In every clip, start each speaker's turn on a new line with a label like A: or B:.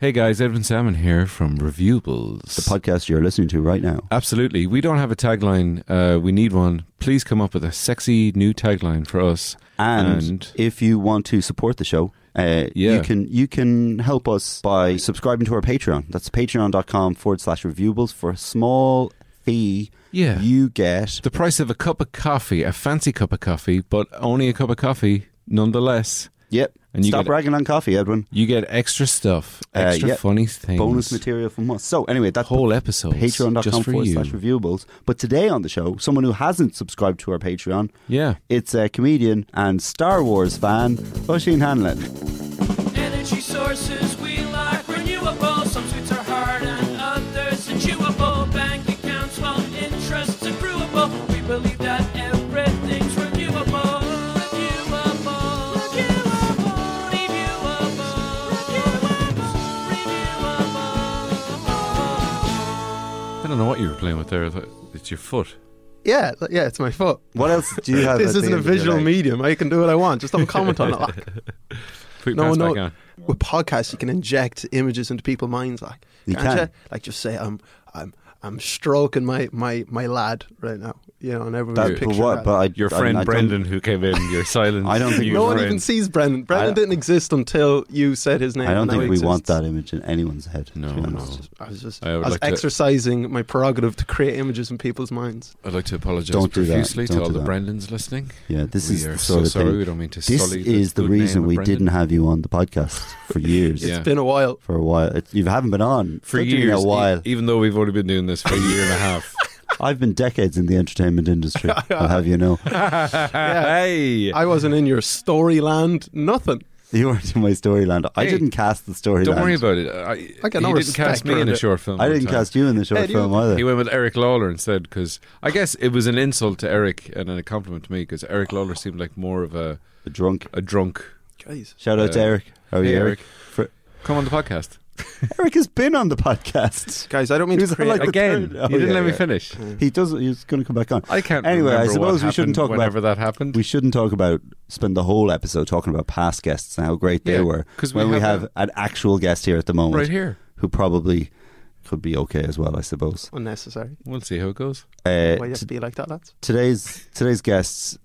A: Hey guys, Edwin Salmon here from Reviewables.
B: The podcast you're listening to right now.
A: Absolutely. We don't have a tagline. Uh, we need one. Please come up with a sexy new tagline for us.
B: And,
A: And-
B: if you want to support the show, uh,
A: Yeah.
B: you can you can help us by subscribing to our Patreon. That's patreon.com forward slash reviewables for a small fee.
A: Yeah.
B: You get
A: The price of a cup of coffee, a fancy cup of coffee, but only a cup of coffee nonetheless.
B: Yep.
A: And you
B: Stop
A: get-
B: bragging on coffee, Edwin.
A: You get extra stuff,
B: Uh,
A: extra
B: yeah.
A: funny things.
B: Bonus material from us. So anyway, that's
A: Whole episodes.
B: patreon.com
A: just for
B: forward
A: you.
B: slash reviewables. But today on the show, someone who hasn't subscribed to our Patreon,
A: Yeah.
B: it's a comedian and Star Wars fan, Oisin Hanlon.
C: Energy sources we like renewable. Some sweets are hard and others are chewable. Bank accounts while interest accruable. We believe that everything's renewable. Renewable. Renewable. Renewable.
A: I don't know what you were playing with there. I thought It's your foot.
D: Yeah, th- yeah, it's my foot.
B: What else do you have?
D: this
B: at the
D: isn't a
B: end of your
D: visual
B: day?
D: medium. I can do what I want. Just don't comment on it. Like,
A: Put your
D: no,
A: pants
D: no.
A: back on.
D: With podcasts, you can inject images into people's minds. Like,
B: You
D: can't
B: can.
D: ya? Like, just say I'm, I'm, I'm stroking my my my lad right now. You know, and everyone's
B: That,
D: picture.
B: but what?
D: that.
B: But I,
A: Your
B: I mean,
A: friend
B: I don't-
A: Brendan who came in, your silent.
B: I don't think-
A: you
D: no one
A: friend.
D: even sees Brendan. Brendan
B: I-
D: didn't exist until you said his name.
B: I don't
D: and now
B: think we
D: he
B: want
D: exists.
B: that image in anyone's head. to
A: No,
B: be
A: no.
B: honest.
D: I was just
A: I
D: I
A: would
D: was
A: like to-
D: exercising my prerogative to create images in people's minds.
A: I'd like to apologise
B: Don't do that.
A: profusely to
B: Don't
A: all the
B: do that.
A: Brendans listening.
B: Yeah, this
A: we
B: is
A: are
B: the
A: so
B: sort of
A: sorry.
B: thing.
A: We don't mean to
B: This
A: sully
B: is the
A: good name
B: reason
A: of
B: we
A: Brendan.
B: didn't have you on the podcast for years.
A: Yeah.
D: It's been a while.
B: For a while, it, you haven't been on
A: for
B: It's been
A: years.
B: A while,
A: e- even though we've only been doing this for a year and a half.
B: I've been decades in the entertainment industry. I'll have you know,
A: Hey,
D: I wasn't in your storyland. Nothing.
B: you weren't in my storyland. I
A: Hey,
B: didn't cast the storyline.
A: don't worry about it. I,
D: I got
A: he
D: no
A: didn't cast
D: respect
A: me in
D: around
A: a
D: it.
A: short film.
B: I
A: one
B: didn't
A: time.
B: cast you in the short
D: Hey, do you-
B: film either.
A: He went with Eric Lawler instead because I guess it was an insult to Eric and a compliment to me because Eric Lawler seemed like more of a,
B: The drunk.
A: a drunk.
D: Guys,
B: Shout out to
A: Uh,
B: Eric. How are
A: Hey,
B: you,
A: Eric,
B: For-
A: come on the podcast
B: Eric has been on the podcast.
D: guys, I don't mean
B: He was
D: to
B: on,
D: create.
B: like, the
A: again.
B: third- oh,
A: you didn't
B: yeah,
A: let me
B: yeah.
A: finish.
B: He does. He's going to come back on.
A: I can't.
B: Anyway, I
A: remember what
B: suppose we
A: happened
B: shouldn't talk about
A: whenever that happened.
B: We shouldn't talk about spend the whole episode talking about past guests and how great they
A: Yeah,
B: were.
A: 'cause we
B: when we
A: have
B: have an actual guest here at the moment,
A: right here.
B: who probably could be okay as well, I suppose.
D: unnecessary.
A: We'll see how it goes.
B: Uh,
D: Why you have
B: t-
D: to be like that, lads?
B: today's today's guests,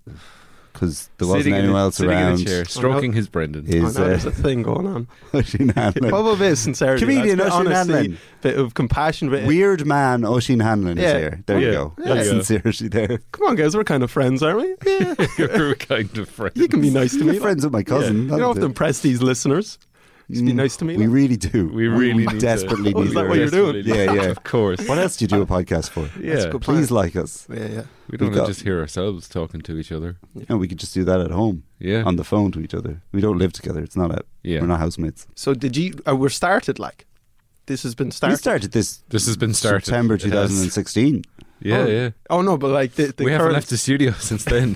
B: because there
A: Sitting
B: wasn't
A: in
B: anyone
A: a-
B: else
A: sitting
B: around,
A: in a chair, Oh, stroking his Brendan.
B: is
D: I know there's
B: uh,
D: a thing going on.
B: Oisin Hanlon.
D: Probably is sincerity.
B: Comedian
D: lads,
B: Oisin
D: bit honesty,
B: Hanlon.
D: bit of compassion. Bit
B: Weird man Oisin Hanlon is
D: Yeah.
B: here. There you
A: Yeah.
B: go.
A: Yeah.
B: That's
A: Yeah.
B: sincerity there.
D: Come on, guys, we're kind of friends, aren't we? Yeah,
A: You're kind of friend.
D: you can be nice to
B: We're
D: me. like,
B: friends with my cousin.
D: you don't have to impress these listeners. Just be
B: Mm,
D: nice to me.
B: We
D: like.
B: really do.
A: We really need to-
B: desperately
D: Oh,
B: need
D: is that
B: your-
D: what you're doing?
B: Yeah, yeah.
A: Of course.
B: What else do you do a podcast for?
A: Yeah.
D: That's a good plan.
B: Please like us.
D: Yeah, yeah.
A: We don't
B: We've
A: wanna
B: got-
A: just hear ourselves talking to each other. Um,
B: And we could just do that at home
A: Yeah.
B: on the phone to each other. We don't live together. It's not a.
A: Yeah.
B: We're not housemates.
D: So did you? Uh, we're started like this has been started.
B: We started this
A: this has been started.
B: September
A: It has.
B: 2016.
A: Yeah,
D: Oh.
A: yeah.
D: Oh no, but like the, the
A: we haven't
D: current,
A: left the studio since then.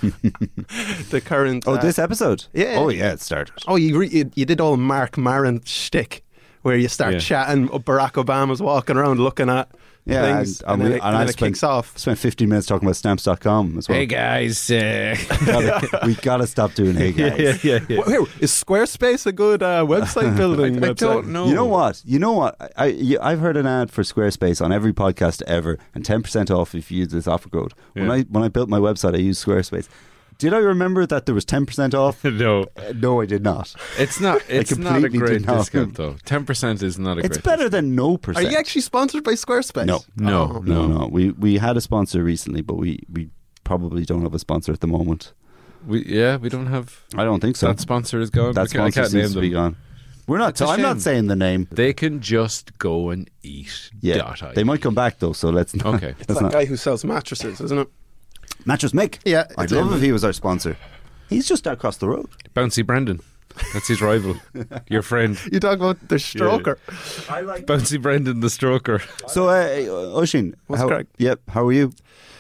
D: the current.
B: Oh,
D: uh,
B: this episode.
D: yeah.
B: Oh, yeah. It started.
D: Oh, you, re- you you did all Mark Maron shtick, where you start
A: Yeah.
D: chatting. Barack Obama's walking around looking at
B: Yeah,
D: things,
B: and- and
D: and, then,
B: we-
D: it,
B: and I
D: then it
B: spent-
D: kicks off.
B: Spent 15 minutes talking about stamps.com as well.
A: guys. Uh...
B: Gotta- we got to stop doing hey guys.
A: yeah, yeah, yeah.
D: Wh- where- Is Squarespace a good uh, website building?
A: I
D: website?
A: don't know.
B: You know what? You know what? I, I you, I've heard an ad for Squarespace on every podcast ever, and ten percent off if you use this offer code. When
A: Yeah.
B: I when I built my website, I used Squarespace. Did I remember that there was ten percent off?
A: no,
B: Uh, no, I did not.
A: it's not. It's not a
B: completely
A: great
B: did not.
A: discount though. Ten percent is not a
B: It's
A: great.
B: better than no
D: Are
B: percent.
D: you actually sponsored by Squarespace?
B: No.
A: No,
D: Oh.
B: no, no. We we had a sponsor recently, but we we probably don't have a sponsor at the moment.
A: discount. We, yeah, we don't have
B: I don't think so.
A: that sponsor is gone.
B: that
A: We can't- I
B: sponsor
A: can't
B: seems to
A: name
B: be
A: them.
B: gone. We're not.
A: It's a
B: i I'm
A: shame.
B: not saying the name.
A: They can just go and eat.
B: Yeah,
A: Dot I.
B: they might come back though. So let's not.
A: Okay.
B: let's
D: That
B: not.
D: guy who sells mattresses, isn't it?
B: Mattress Mick.
D: Yeah,
B: I'd
D: it's
B: love
D: him.
B: if he was our sponsor. He's just across the road.
A: Bouncy Brendan. That's his rival. Your friend.
D: You talk about the stroker.
B: I like.
A: Bouncy Brendan the stroker.
B: So, uh, Oshin,
D: What's
B: how,
D: crack?
B: Yep. How are you?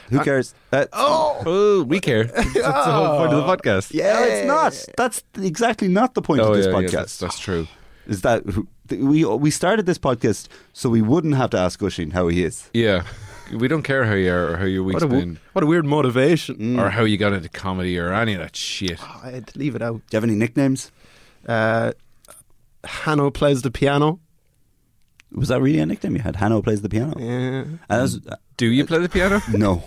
B: Who cares? Uh,
D: Oh,
A: Oh, we care. That's the whole point of the podcast.
B: yeah, no, it's not. That's exactly not the point
A: Oh,
B: of this
A: yeah, yeah,
B: podcast.
A: that's, that's true.
B: Is that who- th- we we started this podcast so we wouldn't have to ask Oshin how he is.
A: Yeah. We don't care how you are or how your week's
D: what a, wo-
A: been
D: what a weird motivation.
A: or how you got into comedy or any of that shit.
D: Oh, I'd leave it out.
B: Do you have any nicknames?
D: Uh, Hanno plays the piano.
B: Was that really a nickname you had? Hannah plays the piano.
D: Yeah.
B: And that was-
A: Do you play the piano?
B: no,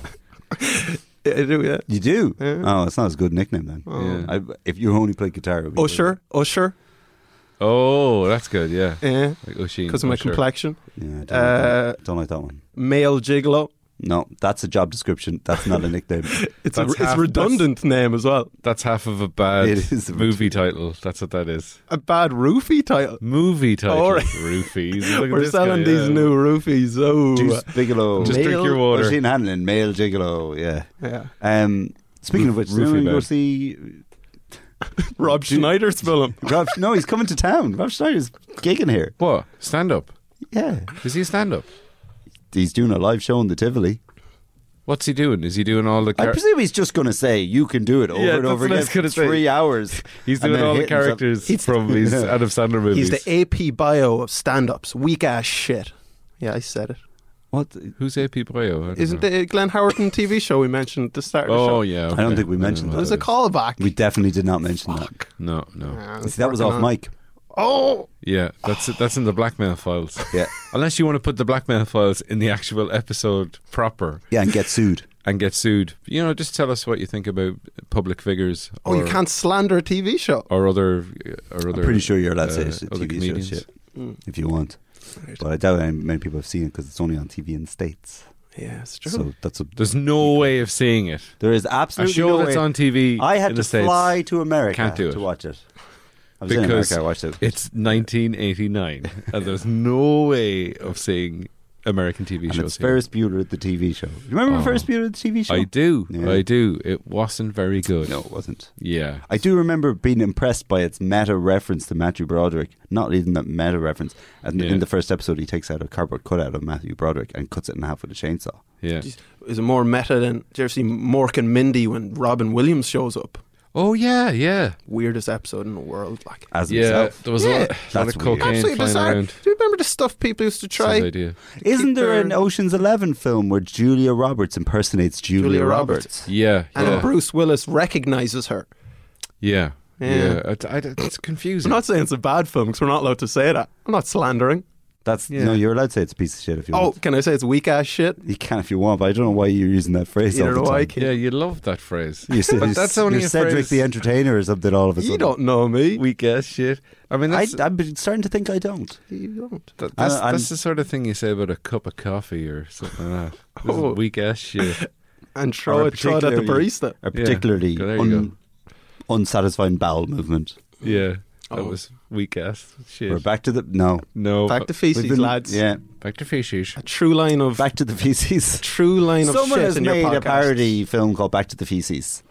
D: Yeah, I do, yeah.
B: you do.
D: Yeah.
B: Oh, it's not as good a nickname then.
A: Yeah.
B: I, if you only played guitar, it would be
D: Oh, sure. Oh, sure.
A: Oh, that's good. Yeah,
D: Yeah.
A: like Oisin.
D: Because of my
A: oh, sure.
D: complexion.
B: Yeah, I don't,
D: Uh,
B: like that. don't like that one.
D: Male gigolo.
B: No, that's a job description. That's not a nickname.
D: It's a,
A: That's
D: it's
A: half-
D: a redundant name as well.
A: That's half of a bad
B: It is a bit-
A: movie title. That's what that is.
D: A bad roofie title.
A: Movie title.
D: All right.
A: Roofies. Look at
D: We're
A: this
D: selling
A: guy,
D: these
A: yeah.
D: new roofies. Oh,
B: Juice Bigelow.
A: Just drink
D: Male-
A: your water.
B: Oisin Hanlon, male gigolo. Yeah.
D: yeah.
B: Um, speaking of which,
A: Roofie
B: soon we'll
A: man.
B: see
D: Rob
B: Ju-
D: Schneider's film.
B: Rob. no, he's coming to town. Rob Schneider's gigging here.
A: What? Stand up.
B: Yeah,
A: Is he a stand up?
B: he's doing a live show in the Tivoli.
A: What's he doing? Is he doing all the
B: I
A: char-
B: presume he's just going to say you can do it over
A: Yeah,
B: and
A: that's
B: over
A: what I
B: again
A: was
B: for
A: gonna say.
B: three hours.
A: He's
B: and
A: doing
B: then
A: all the
B: hit himself.
A: characters
D: He's-
A: from these uh, Adam Sandler movies.
D: He's the AP bio of stand-ups. Weak ass shit. Yeah, I said it.
B: What?
A: Who's AP Breo?
D: Isn't the Glenn Howerton TV show we mentioned at the start of the show?
A: Oh yeah.
B: I don't
A: okay.
B: think we
A: know
B: mentioned
A: what
B: that.
D: There's a
A: is.
D: callback.
B: We definitely did not mention that.
A: No, no.
D: Yeah,
B: See, that was
D: working
B: off
D: on it.
B: mic.
D: Oh,
A: Yeah, that's it. That's in the blackmail files.
B: Yeah,
A: Unless you want to put the blackmail files in the actual episode proper
B: yeah, and get sued.
A: and get sued, you know, just tell us what you think about public figures.
D: oh,
A: or-
D: you can't slander a TV show.
A: Or other, or other.
B: I'm pretty sure you're allowed to say
A: uh,
B: it's a
A: other
B: TV show
A: comedians.
B: shit
D: Mm.
B: if you want,
D: Right.
B: but I doubt any- many people have seen it because it's only on TV in the states.
D: Yeah, it's true.
B: So that's a
A: There's no way of seeing it.
B: there is
A: A
B: absolutely
A: show
B: no
A: that's
B: way.
A: on TV.
B: I had
A: in
B: to
A: the States,
B: fly to America
A: Can't do it.
B: to watch it. I was in
A: Because
B: America. I watched it.
A: It's 1989, and there's no way of seeing American TV
B: and
A: shows.
B: it's
A: here.
B: Ferris Bueller the TV show. You remember
A: Oh.
B: Ferris Bueller the TV show?
A: I do,
B: Yeah.
A: I do. It wasn't very good.
B: No, it wasn't.
A: Yeah,
B: I do remember being impressed by its meta reference to Matthew Broderick. Not even that meta reference. And
A: Yeah.
B: in the first episode, he takes out a cardboard cutout of Matthew Broderick and cuts it in half with a chainsaw.
A: yeah.
D: Is it more meta than did you ever see Mork and Mindy when Robin Williams shows up?
A: Oh yeah, yeah,
D: Weirdest episode in the world. Like
B: As
A: yeah.
B: himself.
A: There was
D: Yeah.
A: a lot, a lot
B: That's
A: of
B: weird.
A: cocaine
D: absolutely
A: flying
D: bizarre.
A: around.
D: Do you remember the stuff people used to
A: That's his
D: try?
A: idea.
B: Isn't there
D: their-
B: an Ocean's Eleven film where Julia Roberts impersonates Julia,
D: Julia
B: Roberts?
D: Roberts.
A: Yeah,
D: And
A: yeah,
D: Bruce Willis recognizes her.
A: yeah,
D: Yeah.
A: yeah. It's I, it's confusing.
D: I'm not saying it's a bad film because we're not allowed to say that. I'm not slandering.
B: That's
A: Yeah.
B: no, you're allowed to say it's a piece of shit if you
D: Oh,
B: want.
D: can I say it's weak ass shit?
B: You can if you want, but I don't know why you're using that phrase.
D: Either
B: all the
D: do I,
B: time.
D: kid.
A: yeah, you love that phrase.
B: You're,
A: but
B: you're-
A: that's only
B: you're
A: a
B: Cedric
A: phrase.
B: the Entertainer or something. All of a sudden,
D: You don't know me.
A: weak ass shit. I mean,
B: I,
A: that's
B: I'm be- starting to think I don't.
D: you don't.
A: That, that's,
B: I'm-
A: that's the sort of thing you say about a cup of coffee or something like that. This
D: Oh.
A: is weak ass shit.
D: And
B: Or
D: throw it, throw it at the
B: particularly-
D: barista.
B: A particularly
A: There you
B: un, unsatisfying bowel movement.
A: Yeah, that
D: Oh.
A: was weak ass shit.
B: We're back to the no.
A: no, uh,
D: Back to
B: Oh, We've
D: feces,
B: been-
D: lads.
B: Yeah,
A: back to feces.
D: A true line of
B: back to the feces.
D: true line of
B: Someone
D: shit
B: has
D: in your
B: made a
D: podcast.
B: parody film called Back to the Feces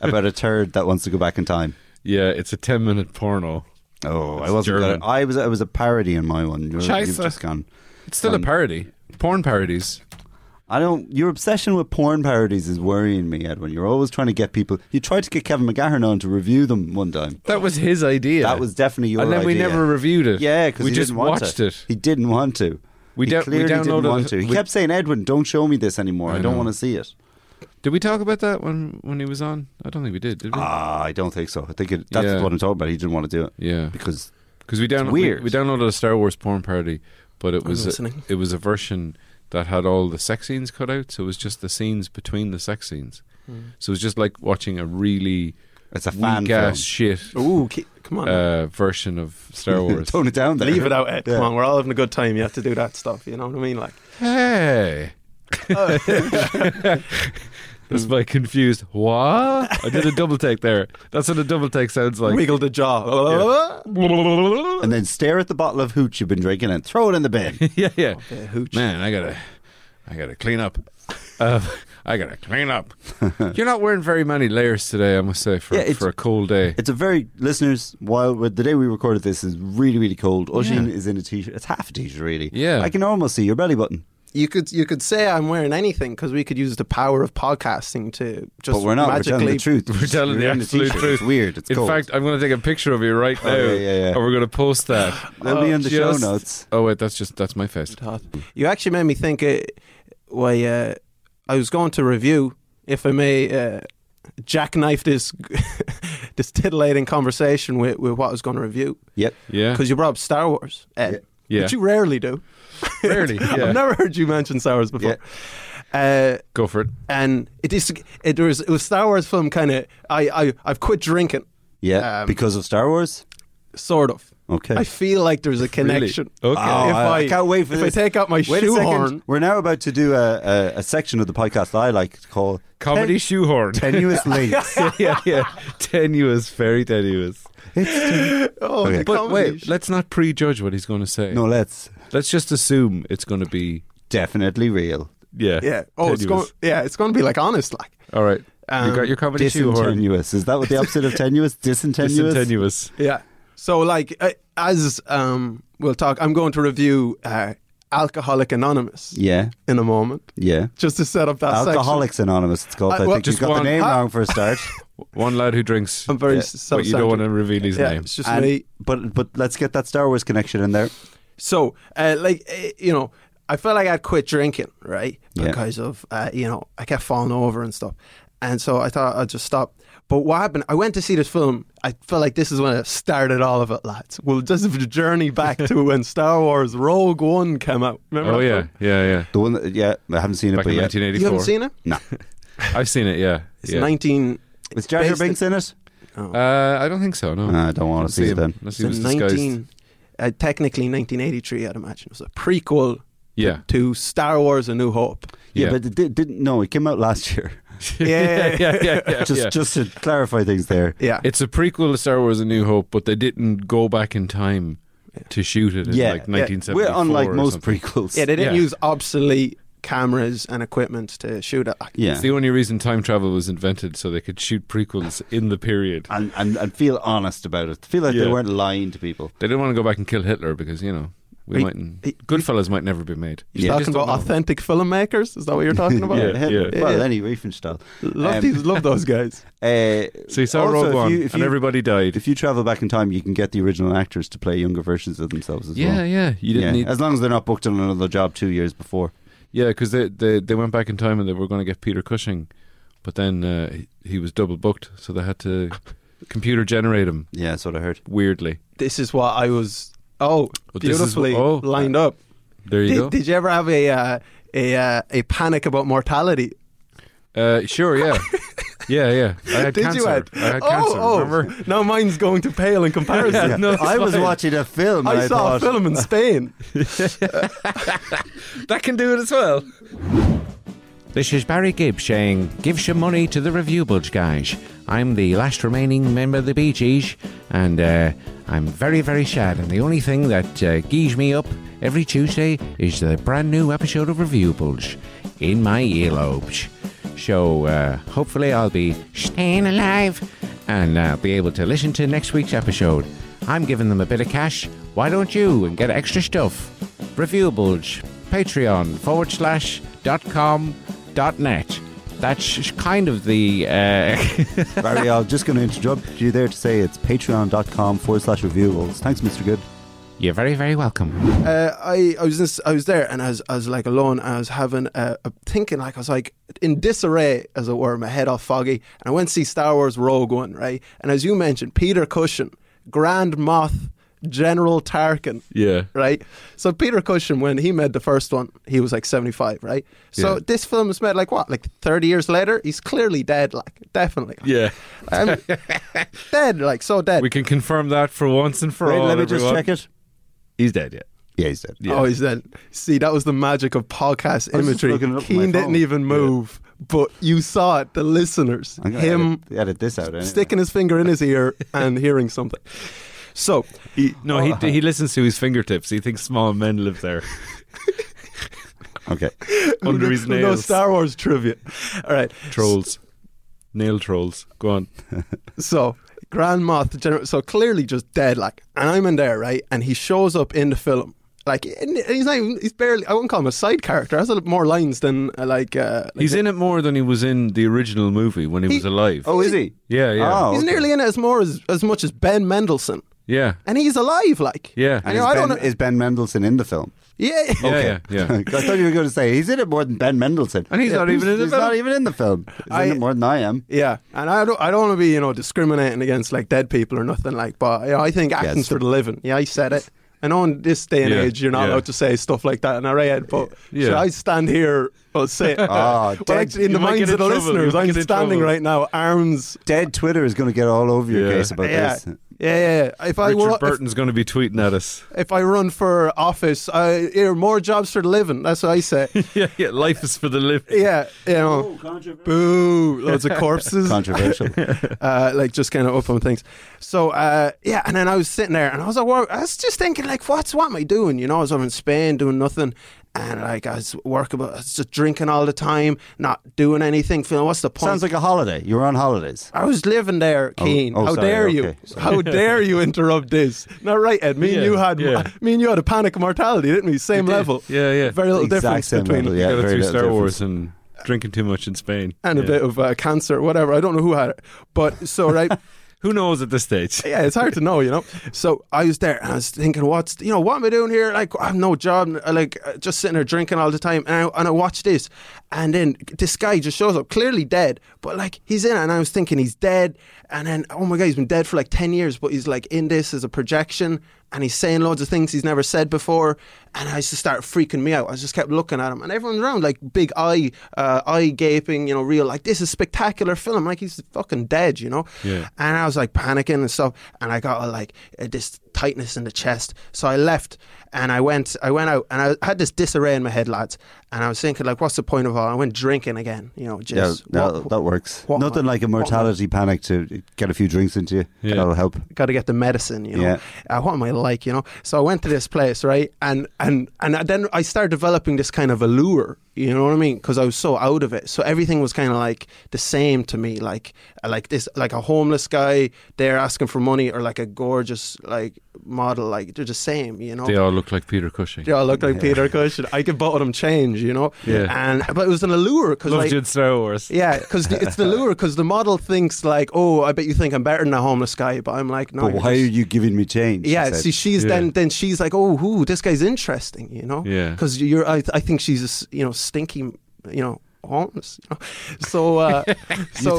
B: about a turd that wants to go back in time.
A: Yeah, it's a ten minute porno.
B: Oh,
A: It's
B: I wasn't.
A: German.
B: Gonna, I was. I was a parody in my one. You're, you've
A: Scheiße.
B: just gone.
A: It's still
B: Um,
A: a parody. Porn parodies.
B: I don't. Your obsession with porn parodies is worrying me, Edwin. You're always trying to get people. You tried to get Kevin McGahern on to review them one time.
A: That was his idea.
B: That was definitely your
A: and then we
B: idea.
A: never reviewed it.
B: Yeah, because
A: we
B: he
A: just
B: didn't want
A: watched
B: to.
A: it.
B: He didn't want to.
A: We
B: he
A: dou- we
B: clearly didn't
A: downloaded
B: want
A: it.
B: to. He
A: We-
B: kept saying, "Edwin, don't show me this anymore.
A: I
B: I, don't
A: know.
B: want to see it."
A: Did we talk about that when when he was on? I don't think we did. Did we?
B: Ah, I don't think so. I think it, that's
A: Yeah.
B: what I'm talking about. He didn't want to do it
A: yeah,
B: because
A: because we downloaded we,
B: weird.
A: we downloaded a Star Wars porn parody, but it was a,
D: listening.
A: it was a version that had all the sex scenes cut out, so it was just the scenes between the sex scenes. So it was just like watching a really
B: it's a Hmm. fan
A: weak
B: film.
A: ass shit
D: Ooh, ke- come on.
A: uh, version of Star Wars.
B: Tone it down. There.
D: Leave it out, Ed.
B: Yeah.
D: Come on, we're all having a good time. You have to do that stuff. You know what I mean? Like,
A: hey. That's my confused. What? I did a double take there. That's what a double take sounds like.
D: wiggle the jaw.
B: and then stare at the bottle of hooch you've been drinking and throw it in the bin.
A: yeah, yeah.
D: Yeah, hooch.
A: Man, I gotta, I gotta clean up. Uh, I gotta clean up. You're not wearing very many layers today, I must say, for
B: Yeah, it's-
A: for a cold day.
B: It's a very listeners. While we're- the day we recorded this is really really cold. Oshin is in a t-shirt. It's half a t-shirt really.
A: Yeah.
B: I can almost see your belly button,
D: You could you could say I'm wearing anything because we could use the power of podcasting to just
B: but we're not. We're telling
D: magically
B: the truth.
A: We're telling the
B: in a
A: absolute
B: t-shirt.
A: truth.
B: It's weird. It's
A: In
B: cold. Oh,
A: fact, I'm going to take a picture of you right now,
B: yeah, yeah, yeah.
A: and we're going to post that.
B: they'll be in the show
A: Just-
B: notes.
A: Oh wait, that's just that's my face.
D: Todd. You actually made me think. Uh, why uh, I was going to review, if I may, uh, jackknife this this titillating conversation with, with what I was going to review
B: Yep.
A: Yeah,
D: because you brought up Star Wars, Ed.
A: Yeah.
D: which you rarely do.
A: Rarely, yeah.
D: I've never heard you mention Star Wars before. Uh,
A: Go for it.
D: and it is it was it was Star Wars film kind of I I I've quit drinking
B: Yeah,
D: Um,
B: because of Star Wars.
D: sort of.
B: Okay.
D: I feel like there's a connection.
A: Okay. Oh,
D: if I,
B: I can't wait for
D: if
B: this.
D: I take out my
B: Wait a second.
D: shoehorn.
B: We're now about to do a, a, a section of the podcast I like to call
A: Comedy shoehorn.
B: Ten- Tenuous Links.
A: yeah, yeah. Tenuous, very tenuous.
D: Oh,
B: Okay.
D: the
A: But
D: comedy
A: wait,
D: sh-
A: let's not prejudge what he's going to say.
B: no, let's
A: Let's just assume it's going to be
B: definitely real.
A: yeah.
D: yeah. Oh, it's going.
A: tenuous.
D: Yeah, it's going to be like honest, like.
A: All right. you
D: Um,
A: got your comedy shoehorn.
B: Disintenuous. Is that what the opposite of tenuous? Disintenuous.
A: Disintenuous.
D: Yeah. So, like, uh, as um, we'll talk, I'm going to review uh, Alcoholic Anonymous
B: Yeah.
D: in a moment,
B: Yeah.
D: just to set up that
B: Alcoholics Anonymous. It's called.
D: Uh,
B: I,
D: well,
B: think you
A: just
B: got the
A: one-
B: name
D: Ah.
B: wrong for a start.
A: One lad who drinks,
D: section. I'm very
B: Yeah.
D: self
A: but you don't want to reveal his
D: Yeah,
A: name.
D: it's just
B: And-
D: me.
B: but but let's get that Star Wars connection in there.
D: So, uh, like, uh, you know, I felt like I'd quit drinking, right?
B: Yeah.
D: Because of, uh, you know, I kept falling over and stuff. And so I thought I'd just stop. But what happened? I went to see this film. I felt like this is when it started all of it, lads. Well, this is the journey back to when Star Wars Rogue One came out. Remember
A: Oh
D: that
A: yeah,
D: film?
A: yeah, yeah.
B: The one. That, yeah, I haven't seen it,
A: Back
B: but
A: in
B: yeah.
A: 1984.
D: You haven't seen it?
B: No.
A: I've seen it. Yeah.
D: It's
A: yeah.
D: 19.
B: Is Jar Jar
D: Based-
B: Binks in it?
A: Uh, I don't think so. No.
B: Ah, I don't want to
A: Let's
B: see it
A: him.
B: then.
A: Unless he
D: It's
A: was
D: a
A: disguised.
D: 19 uh, technically 1983, I'd imagine. It was a prequel
A: Yeah.
D: to Star Wars A New Hope.
B: Yeah,
A: Yeah.
B: but it did, didn't. No, it came out last year.
D: Yeah.
A: yeah, yeah, yeah,
B: Just
A: yeah.
B: just to clarify things there.
D: Yeah.
A: It's a prequel to Star Wars: A New Hope, but they didn't go back in time to shoot it in
B: Yeah,
A: like
B: yeah.
A: 1974.
B: We're unlike
A: or
B: most
A: something.
B: prequels.
D: yeah, they didn't
A: yeah.
D: use obsolete cameras and equipment to shoot it. Like,
B: Yeah.
A: It's the only reason time travel was invented, so they could shoot prequels in the period.
B: and, and and feel honest about it. Feel like they
A: Yeah.
B: weren't lying to people.
A: They didn't want to go back and kill Hitler because you know we
D: He-
A: mightn't.
D: he-
A: Goodfellas might never be made.
D: You're
A: We
D: talking
A: just don't
D: about
A: know.
D: authentic filmmakers? Is that what you're talking about?
A: Yeah, yeah.
B: Well,
D: Yeah.
B: any Riefenstahl.
D: Love
B: Um,
D: these, love those guys.
B: Uh,
A: So you saw
B: also,
A: Rogue
B: if
A: One,
B: you- if
A: and
B: you-
A: everybody died.
B: If you travel back in time, you can get the original actors to play younger versions of themselves as
A: yeah,
B: well.
A: yeah, you didn't
B: Yeah,
A: need.
B: as long as they're not booked on another job two years before.
A: Yeah, because they, they they went back in time and they were going to get Peter Cushing, but then uh, he, he was double booked, so they had to computer generate him
B: Yeah, that's what I heard.
A: weirdly.
D: This is what I was. Oh,
A: But this is-
D: beautifully
A: oh.
D: lined up.
A: There you
D: Did,
A: go.
D: did you ever have a uh, a uh, a panic about mortality?
A: Uh, sure, yeah. yeah, yeah. I had
D: Did
A: cancer.
D: you add?
A: I had
D: oh,
A: cancer,
D: oh,
A: remember?
D: now mine's going to pale in comparison.
A: Yeah. No, it's
B: I was
A: fine.
B: watching a film. and
D: I, saw
B: thought,
D: a film in Spain.
A: That can do it as well. This is Barry Gibb saying, Give some money to the Review Budge guys. I'm the last remaining member of the Bee Gees, and uh, I'm very, very sad. And the only thing that uh, gees me up every Tuesday is the brand new episode of Review Bulge in my earlobes. So uh, hopefully I'll be staying alive and uh, be able to listen to next week's episode. I'm giving them a bit of cash. Why don't you and get extra stuff? Review Bulge, Patreon forward slash dot com dot net. That's kind of the. Uh,
B: Barry, I'm just going to interrupt you there to say it's patreon.com forward slash reviewables. Thanks, Mr. Good.
A: you're very, very welcome.
D: uh, I, I was just, I was there and I was, I was like alone and I was having a, a thinking like I was like in disarray as it were my head all foggy and I went to see Star Wars Rogue One right and as you mentioned Peter Cushing Grand Moth General Tarkin
A: Yeah.
D: right so Peter Cushing when he made the first one he was like 75 right so
A: Yeah.
D: this film is made like what like 30 years later he's clearly dead like definitely
A: Yeah.
D: I'm dead like so dead
A: can confirm that for once and for
B: Wait, let me just check it.
A: He's dead yet.
B: Yeah, he's dead.
A: Yeah.
D: Oh, is that? See, that was the magic of podcast
B: was just
D: imagery.
B: looking it up on my
D: Keen
B: phone.
D: didn't even move, but you saw it, the listeners.
B: I'm going to
D: Him
B: edit, edit this out. Anyway.
D: sticking his finger in his ear and hearing something. So,
A: No,
D: Oh,
A: he, he listens to his fingertips. He thinks small men live there
B: Okay.
A: under his
D: no
A: nails.
D: Star Wars trivia. All right.
A: Trolls. Nail trolls. Go on.
D: So, Grand Moth, gener- so clearly just dead, like, and I'm in there, right? And he shows up in the film. Like, and he's not even, he's barely, I wouldn't call him a side character. Has a lot more lines than, uh, like, uh, like
A: He's in it more than he was in the original movie when he,
D: He-
A: was alive.
B: Oh, is he?
A: Yeah, yeah.
B: Oh,
D: he's
B: okay.
D: nearly in it as more as, as much as Ben Mendelsohn.
A: Yeah.
D: and he's alive. Like,
A: Yeah.
D: I
B: And is,
D: know. I
B: ben,
D: don't know.
B: is Ben Mendelsohn in the film?
D: yeah,
A: Yeah, yeah, yeah.
B: I thought you were going to say he's in it more than Ben Mendelsohn,
A: And he's not even in the
B: he's
A: film.
B: not even in the film. He's
D: I-
B: in it more than I am.
D: yeah. And I don't, I don't want to be, you know, discriminating against like dead people or nothing like. But you know, I think acting's
B: the-
D: for the living. Yeah, I said it. I know in this day and
E: Yeah,
D: age you're not
E: yeah.
D: allowed to say stuff like that in our head, but
E: Yeah.
D: should I stand here or say it?
B: Ah,
D: well,
B: dead-
D: actually, in
E: You
D: the
E: might
D: minds
E: get
D: of the
E: in trouble.
D: listeners,
E: You might
D: I'm
E: get in
D: standing
E: trouble.
D: right now, arms.
B: Dead Twitter is going to get all over your
E: Yeah.
B: case about
D: Yeah.
B: this.
D: Yeah, yeah, yeah. If I were,
E: Richard
D: if,
E: Burton's going to be tweeting at us.
D: if I run for office, I hear more jobs for the living. That's what I say.
E: yeah, yeah, life is for the living.
D: yeah, you know. Boo! Loads of corpses.
B: Controversial.
D: uh, like just kind of up on things. So uh, yeah, and then I was sitting there and I was like, well, I was just thinking like, what's what am I doing? You know, I was over in Spain doing nothing, and like I was working, but I was just drinking all the time, not doing anything. Feeling what's the point?
B: Sounds like a holiday. You were on holidays.
D: I was living there, Keen.
B: oh,
D: How
B: sorry,
D: dare
B: okay,
D: you?
B: sorry.
D: How dare you interrupt this? Not right, Ed. Me and
E: Yeah,
D: you had
E: yeah.
D: me and you had a panic of mortality, didn't we? Same
E: did.
D: level.
E: Yeah, yeah.
D: Very little
B: The exact
D: difference
B: same
D: between
B: level,
D: it.
B: Yeah,
E: Got
B: very
E: it through
B: little
E: Star
B: difference.
E: Wars and drinking too much in Spain.
D: and a
E: Yeah.
D: bit of uh, cancer, whatever. I don't know who had it, but so right.
E: Who knows at this stage?
D: yeah, it's hard to know, you know. So I was there and I was thinking, what's you know, what am I doing here? Like I have no job, I, like uh, just sitting there drinking all the time. And I, and I watch this, and then this guy just shows up, clearly dead, but like he's in, it and I was thinking he's dead, and then oh my god, he's been dead for like ten years, but he's like in this as a projection, and he's saying loads of things he's never said before, and I just started freaking me out. I just kept looking at him, and everyone around like big eye, uh, eye gaping, you know, real like this is spectacular film, like he's fucking dead, you know.
E: Yeah.
D: And I was like panicking and stuff, and I got uh, like uh, this tightness in the chest. So I left, and I went, I went out, and I had this disarray in my head, lads. And I was thinking, like, what's the point of all? I went drinking again, you know,
B: Yeah,
D: just
B: no,
D: what-
B: that works.
D: what
B: Nothing
D: my-
B: like a
D: what my-
B: mortality panic to get a few drinks into you.
E: Yeah.
B: That'll help.
D: got to get the medicine, you know.
B: Yeah.
D: Uh, what am I like, you know? So I went to this place, right? And and and then I started developing this kind of allure, you know what I mean? Because I was so out of it, so everything was kind of like the same to me, like like this, like a homeless guy there asking for money, or like a gorgeous like model, like they're the same, you know.
E: They all look like Peter Cushing.
D: They all look like Peter Cushing. I could bottom them change, you know.
E: Yeah.
D: And but it was an allure because
E: Loved
D: like,
E: you in Star Wars.
D: yeah, because it's the lure. Because the model thinks like, "Oh, I bet you think I'm better than a homeless guy," but I'm like, "No."
B: But
D: you're
B: why are
D: just-
B: you giving me change?
D: yeah,
B: She said.
D: see, she's
E: Yeah.
D: then then she's like, "Oh, ooh, this guy's interesting," you know?
E: Yeah.
D: Because you're, I, I think she's a s you know stinky, you know, homeless. You know? So, uh, so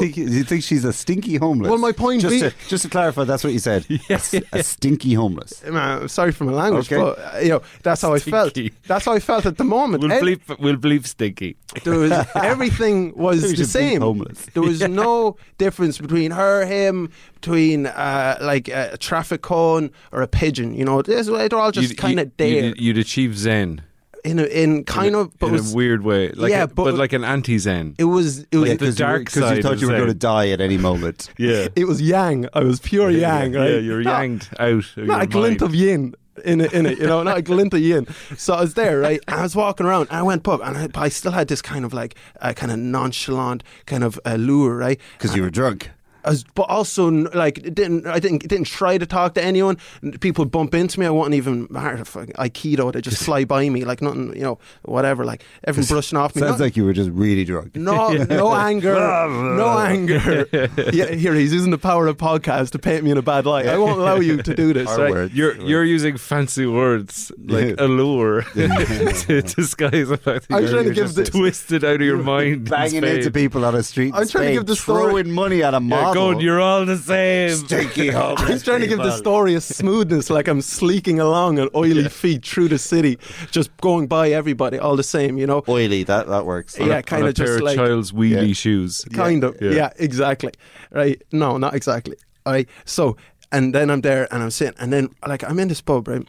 B: you think you think she's a stinky homeless?
D: Well, my point
B: just
D: be-
B: to, just to clarify, that's what you said. A s- a stinky homeless.
D: man, I'm uh, sorry for my language,
B: Okay.
D: but uh, you know that's how I
E: Stinky.
D: felt. That's how I felt at the moment.
E: We'll
D: Ev-
E: bleep, we'll bleep Stinky.
D: There was, everything was
B: Maybe
D: the
B: she's a big
D: same.
B: homeless.
D: There was no difference between her, him, between uh, like a traffic cone or a pigeon. You know, This- they're all just
E: You'd-
D: kind
E: you-
D: of there
E: You'd, you'd achieve Zen
D: in a, in kind
E: in, a-
D: of, but
E: in
D: it was,
E: a weird way. Like
D: Yeah,
E: a-
D: but-
E: but, like an anti Zen.
D: it was it was
E: Like the
D: it,
E: dark
B: because you
E: side
B: thought
E: is
B: you were
E: Zen.
B: going to die at any moment.
E: Yeah.
D: was yang. I was pure yang, right?
E: Yeah, you're
D: No,
E: yanged out. Of
D: not
E: your
D: a glint
E: mind.
D: of yin in it, in it, you know, not a glint of yin. So I was there, right? And I was walking around, and I went pub, and I, but I still had this kind of like, uh, kind of nonchalant kind of uh, lure, right?
B: Because you were drunk.
D: I was, but also n- like it didn't I didn't didn't try to talk to anyone. N- People bump into me. I wasn't even matter if I- aikido. They just fly by me like nothing. You know, whatever. Like everyone brushing off me.
B: Sounds
D: No-
B: like you were just really drunk.
D: no, no anger, no anger. Yeah, here he's using the power of podcast to paint me in a bad light. I won't allow you to do this.
B: Our
D: right?
B: words.
E: You're you're using fancy words like
B: Yeah.
E: allure to disguise the fact that
D: I'm
E: you're
D: trying to give
E: just
D: the-
E: twisted out of your mind. in
B: Banging
E: Spain.
B: into people on a street.
D: I'm
B: in
D: trying to
B: Spain,
D: give the story-
B: throwing money at a model.
E: Yeah, going, you're all the same.
B: stinky homeless.
D: I'm trying to give the story a smoothness, like I'm sleeking along on oily feet through the city, just going by everybody, all the same, you know.
B: oily. That that works.
D: Yeah,
E: On
D: kind
E: a
D: of just
E: pair
D: like
E: of child's wheelie
B: Yeah.
E: shoes.
D: kind of
E: Yeah.
D: yeah. exactly right no not exactly all right so and then i'm there and i'm sitting and then like i'm in this pub right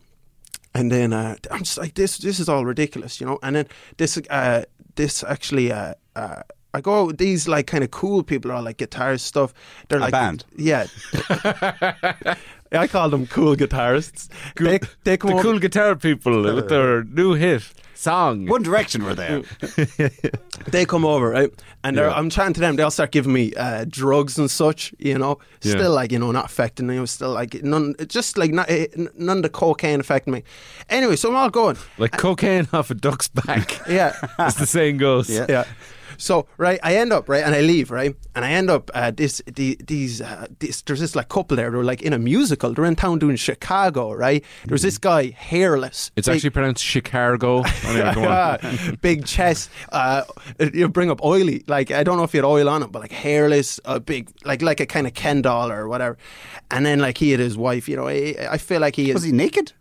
D: and then uh, i'm just like this this is all ridiculous you know and then this uh this actually uh, uh I go out, these like kind of cool people are all like guitarist stuff. They're like
B: band?
D: Yeah. I call them cool guitarists. They, they come
E: The
D: over-
E: cool guitar people with their new hit song.
B: One Direction were there.
D: they come over, right? And they're,
E: Yeah.
D: I'm chatting to them. They all start giving me uh, drugs and such, you know.
E: Yeah.
D: Still, like, you know, not affecting me. It was still, like, none, just like, not, eh, n- none of the cocaine affecting me. Anyway, so I'm all going.
E: Like cocaine off a duck's back,
D: Yeah.
E: as the saying goes.
B: Yeah.
D: yeah. So right, I end up right, and I leave right, and I end up uh, this the, these uh, this there's this like couple there. They're like in a musical. They're in town doing Chicago, right? There's this guy hairless.
E: Mm-hmm. It's
D: big-
E: actually pronounced Chicago. Anyway, Oh, go on.
D: big chest. Uh, you bring up oily, like I don't know if he had oil on him, but like hairless, uh, big, like like a kind of Ken doll or whatever. And then like he had his wife. You know, I, I feel like he is.
B: Was he naked?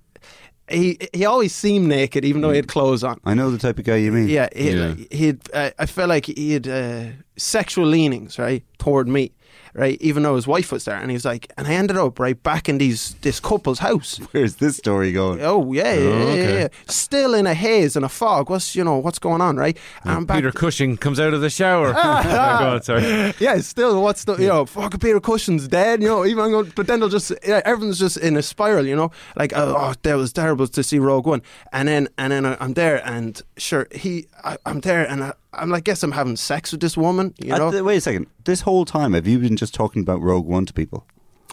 D: he he always seemed naked, even though he had clothes on.
B: I know the type of guy you mean.
D: Yeah, he,
E: Mm. Yeah.
D: he'd. Uh, I felt like he had uh, sexual leanings, right, toward me, right, even though his wife was there, and he was like, and I ended up right back in these this couple's house.
B: Where's this story going?
D: Oh yeah, yeah, yeah,
E: okay.
D: yeah. Still in a haze and a fog. What's you know what's going on, right? And I'm back.
E: Peter Cushing comes out of the shower.
A: ah.
E: Go on, sorry.
D: yeah, still, what's the, you know, fuck, Peter Cushion's dead, you know, even, I'm going, but then they'll just, yeah, everyone's just in a spiral, you know, like, oh, oh, that was terrible to see Rogue One. And then, and then I- I'm there, and sure, he, I, I'm there, and I, I'm like, guess I'm having sex with this woman, you
B: Uh,
D: know?
B: th- wait a second. This whole time, have you been just talking about Rogue One to people?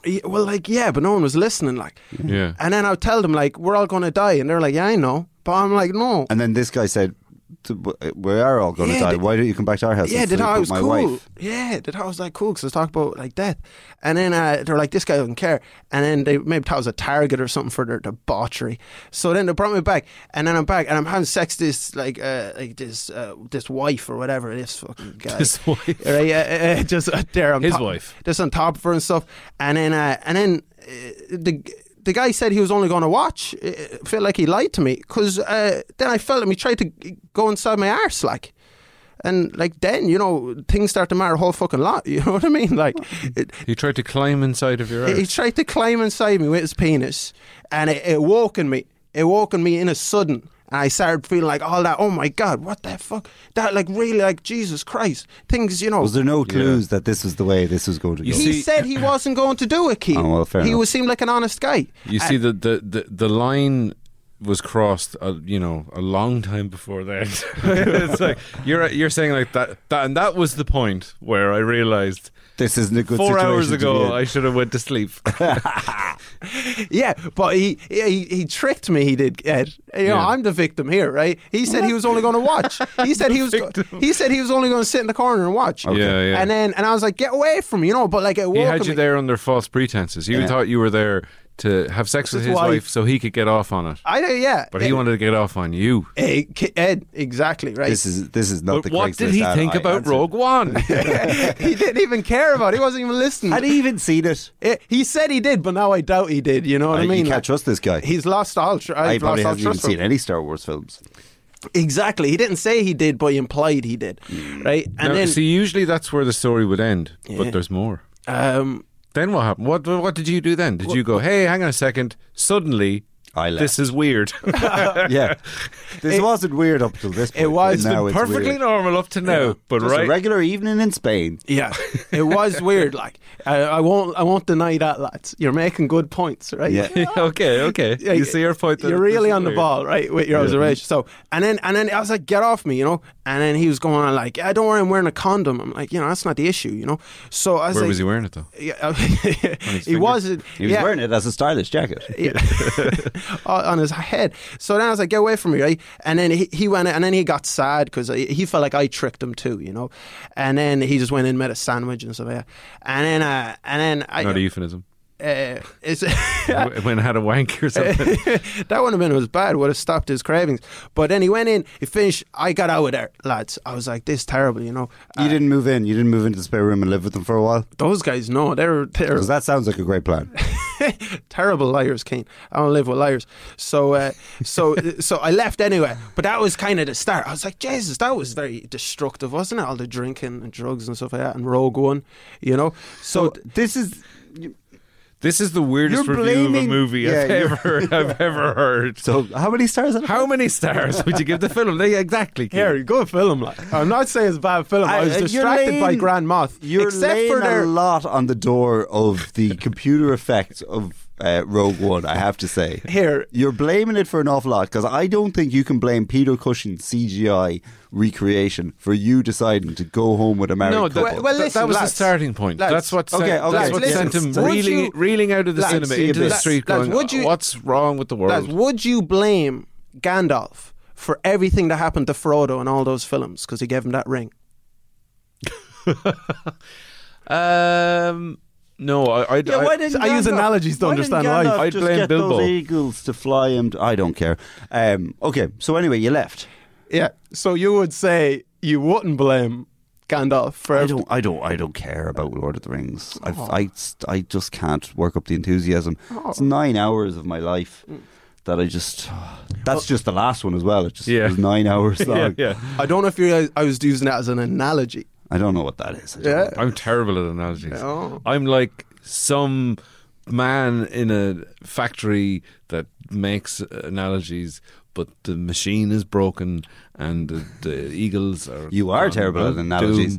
D: Yeah, well, like, yeah, but no one was listening, like,
E: Yeah.
D: and then I'll tell them, like, we're all going to die, and they're like, yeah, I know. But I'm like, no.
B: And then this guy said, "T- w- "We are all going to
D: Yeah,
B: die.
D: they-
B: Why don't you come back to our house?"
D: Yeah,
B: and
D: they
B: sleep
D: thought I
B: with
D: was
B: my
D: cool.
B: wife?
D: Yeah, they thought I was like cool because I was talking about like death. And then uh, they're like, this guy doesn't care. And then they maybe thought I was a target or something for their debauchery. So then they brought me back, and then I'm back, and I'm having sex with this like uh, like this uh, this wife or whatever this fucking guy.
E: This wife.
D: Right, uh, uh, just uh, there on
E: His
D: top-
E: wife.
D: just on top of her and stuff. And then uh, and then uh, the. The guy said he was only going to watch. It felt like he lied to me because uh, then I felt him. He tried to g- go inside my arse, like. And like then, you know, things start to matter a whole fucking lot. You know what I mean? Like, it,
E: He tried to climb inside of your
D: he
E: arse.
D: tried to climb inside me with his penis, and it, it woke in me. It woke in me in a sudden. And I started feeling like all that. Oh my god, what the fuck? That like really like Jesus Christ. Things, you know.
B: Was there no clues that this was the way this was going to go?
E: You
D: he
E: See-
D: said he wasn't going to do it, Keith.
B: Oh, well, fair
D: he
B: enough.
D: was seemed like an honest guy.
E: You see, the, the, the, the line was crossed, uh, you know, a long time before that. it's like you're you're saying like that, that, and that was the point where I realized
B: this isn't a good
E: four
B: situation
E: hours
B: to be in.
E: ago I should have went to sleep.
D: Yeah, but he he, he tricked me. He did. Ed. You know,
E: Yeah.
D: I'm the victim here, right? He said he was only going to watch. He said he was. go- he said he was only going to sit in the corner and watch.
E: Yeah, yeah.
D: And then and I was like, get away from me, you know. But like, it
E: He
D: woke
E: had
D: me.
E: you there under false pretenses. You
B: Yeah.
E: thought you were there to have sex with
D: His
E: his
D: wife.
E: wife. so he could get off on it.
D: I know, yeah.
E: But he wanted to get off on you.
D: Ed, Ed, exactly right.
B: This is this is not
E: But
B: the
E: what
B: Craigslist
E: did he
B: ad
E: think
B: I
E: about
B: answered.
E: Rogue One?
D: he didn't even care about. it. He wasn't even listening.
B: Had he even seen it?
D: Eh, he said he did, but now I doubt he did. You know what I,
B: I- you
D: mean?
B: can't
D: Like,
B: trust this guy.
D: He's lost all. Tr-
B: I
D: I've
B: probably
D: lost all
B: haven't even
D: trust. from
B: seen
D: him.
B: any Star Wars films.
D: Exactly. He didn't say he did, but he implied he did.
B: Mm.
D: Right. And
E: Now,
D: then
E: see, usually that's where the story would end,
D: Yeah.
E: but there's more.
D: um,
E: Then what happened? What what did you do then? Did you go, hey, hang on a second? Suddenly,
B: I left.
E: this is weird.
B: yeah, this wasn't weird up till this. Point, but
D: was
B: now it's
E: Perfectly
B: weird.
E: normal up to now, but
B: Just
E: right.
B: a regular evening in Spain.
D: Yeah, it was weird. Like I, I won't, I won't deny that, lads. You're making good points, right?
B: Yeah.
E: okay, okay.
D: Yeah,
E: you see your point. that
D: You're
E: this
D: really
E: is
D: on the
E: weird.
D: ball, right, with your observation. So, and then, and then I was like, "Get off me," you know. And then he was going on like, "I don't worry, I'm wearing a condom." I'm like, you know, that's not the issue, you know. So I was
E: Where
D: like,
E: was he wearing it though?
D: Yeah, he wasn't.
B: He was
D: yeah.
B: wearing it as a stylish jacket.
D: Yeah. on on his head. So then I was like, get away from me, right? And then he, he went, and then he got sad because he felt like I tricked him too, you know. And then he just went in, made a sandwich and stuff. Yeah. And then, uh, and then I,
E: Not a euphemism.
D: uh, it's,
E: when I had a wank or something.
D: that wouldn't have been as bad. Would have stopped his cravings. But then he went in. He finished. I got out of there, lads. I was like, this is terrible, you know. Uh,
B: You didn't move in. You didn't move into the spare room and live with them for a while.
D: those guys, no, they're they're
B: Because that sounds like a great plan.
D: terrible liars, Kane. I don't live with liars. So, uh, so, so I left anyway. But that was kind of the start. I was like, Jesus, that was very destructive, wasn't it? All the drinking and drugs and stuff like that, and Rogue One, you know. So,
B: So this is
E: This is the weirdest
B: You're
E: review of a
B: blaming-
E: movie
B: Yeah,
E: I've
B: you're-
E: ever I've ever heard.
B: so. How many stars? out of
E: How many stars would you give the film? They, exactly. Keith.
D: Here, good film. Like. I'm not saying it's a bad film. I,
B: I-
D: was
B: you're
D: distracted by
B: laying-
D: Grand Moth,
B: You're
D: except
B: laying
D: for their
B: a lot on the door of the computer effects of uh, Rogue One. I have to say,
D: here.
B: you're blaming it for an awful lot because I don't think you can blame Peter Cushing's CGI recreation for you deciding to go home with a married
E: No, that,
B: couple.
D: Well, well,
E: that-
D: listen,
E: that was
D: lads,
E: the starting point.
D: lads,
E: that's what sent,
B: okay, okay,
E: that's what
D: listen,
E: sent him
D: would
E: reeling,
D: you-
E: reeling out of the
D: lads,
E: cinema
B: see a
E: into the
B: bit.
E: street,
D: Lads,
E: going,
D: would you-
E: "What's wrong with the
D: Lads,
E: world?"
D: would you blame Gandalf for everything that happened to Frodo in all those films because he gave him that ring?
E: um, no, I, I, I-
D: I use analogies to understand
B: why.
D: life.
E: I'd blame
B: get
E: Bilbo.
B: Those eagles to fly him. I don't care. Um, okay, so anyway, you left.
D: Yeah. So you would say you wouldn't blame Gandalf for
B: I
D: everything.
B: don't, I don't, I don't care about Lord of the Rings. I've, Oh. I, st- I just can't work up the enthusiasm. It's nine hours of my life that I just. That's just the last one as well. It just
A: Yeah.
B: was nine hours long.
A: yeah, yeah.
D: I don't know if you guys, I was using that as an analogy.
B: I don't know what that is. I don't
D: Yeah.
B: know.
A: I'm terrible at analogies.
D: No.
A: I'm like some man in a factory that makes analogies, but the machine is broken and the, the eagles are.
B: You are
A: gone
B: terrible at
A: doom,
B: analogies.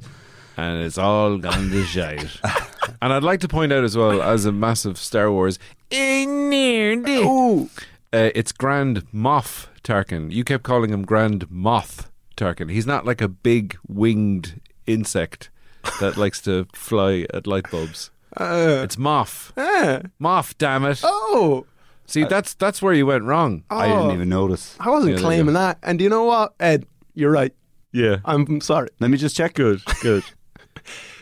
A: and it's all gone to shite. and I'd like to point out as well, as a massive Star Wars nerd,
D: Ooh,
A: uh, it's Grand Moff Tarkin. You kept calling him Grand Moth Tarkin. He's not like a big winged insect that likes to fly at light bulbs. it's Moff.
D: yeah.
A: Moff, damn it.
D: Oh,
A: See, that's that's where you went wrong.
B: I didn't even notice.
D: I wasn't
A: Yeah, there you
D: claiming
A: go.
D: that. And do you know what, Ed? You're right.
A: Yeah.
D: I'm sorry.
B: Let me just check. Good, good.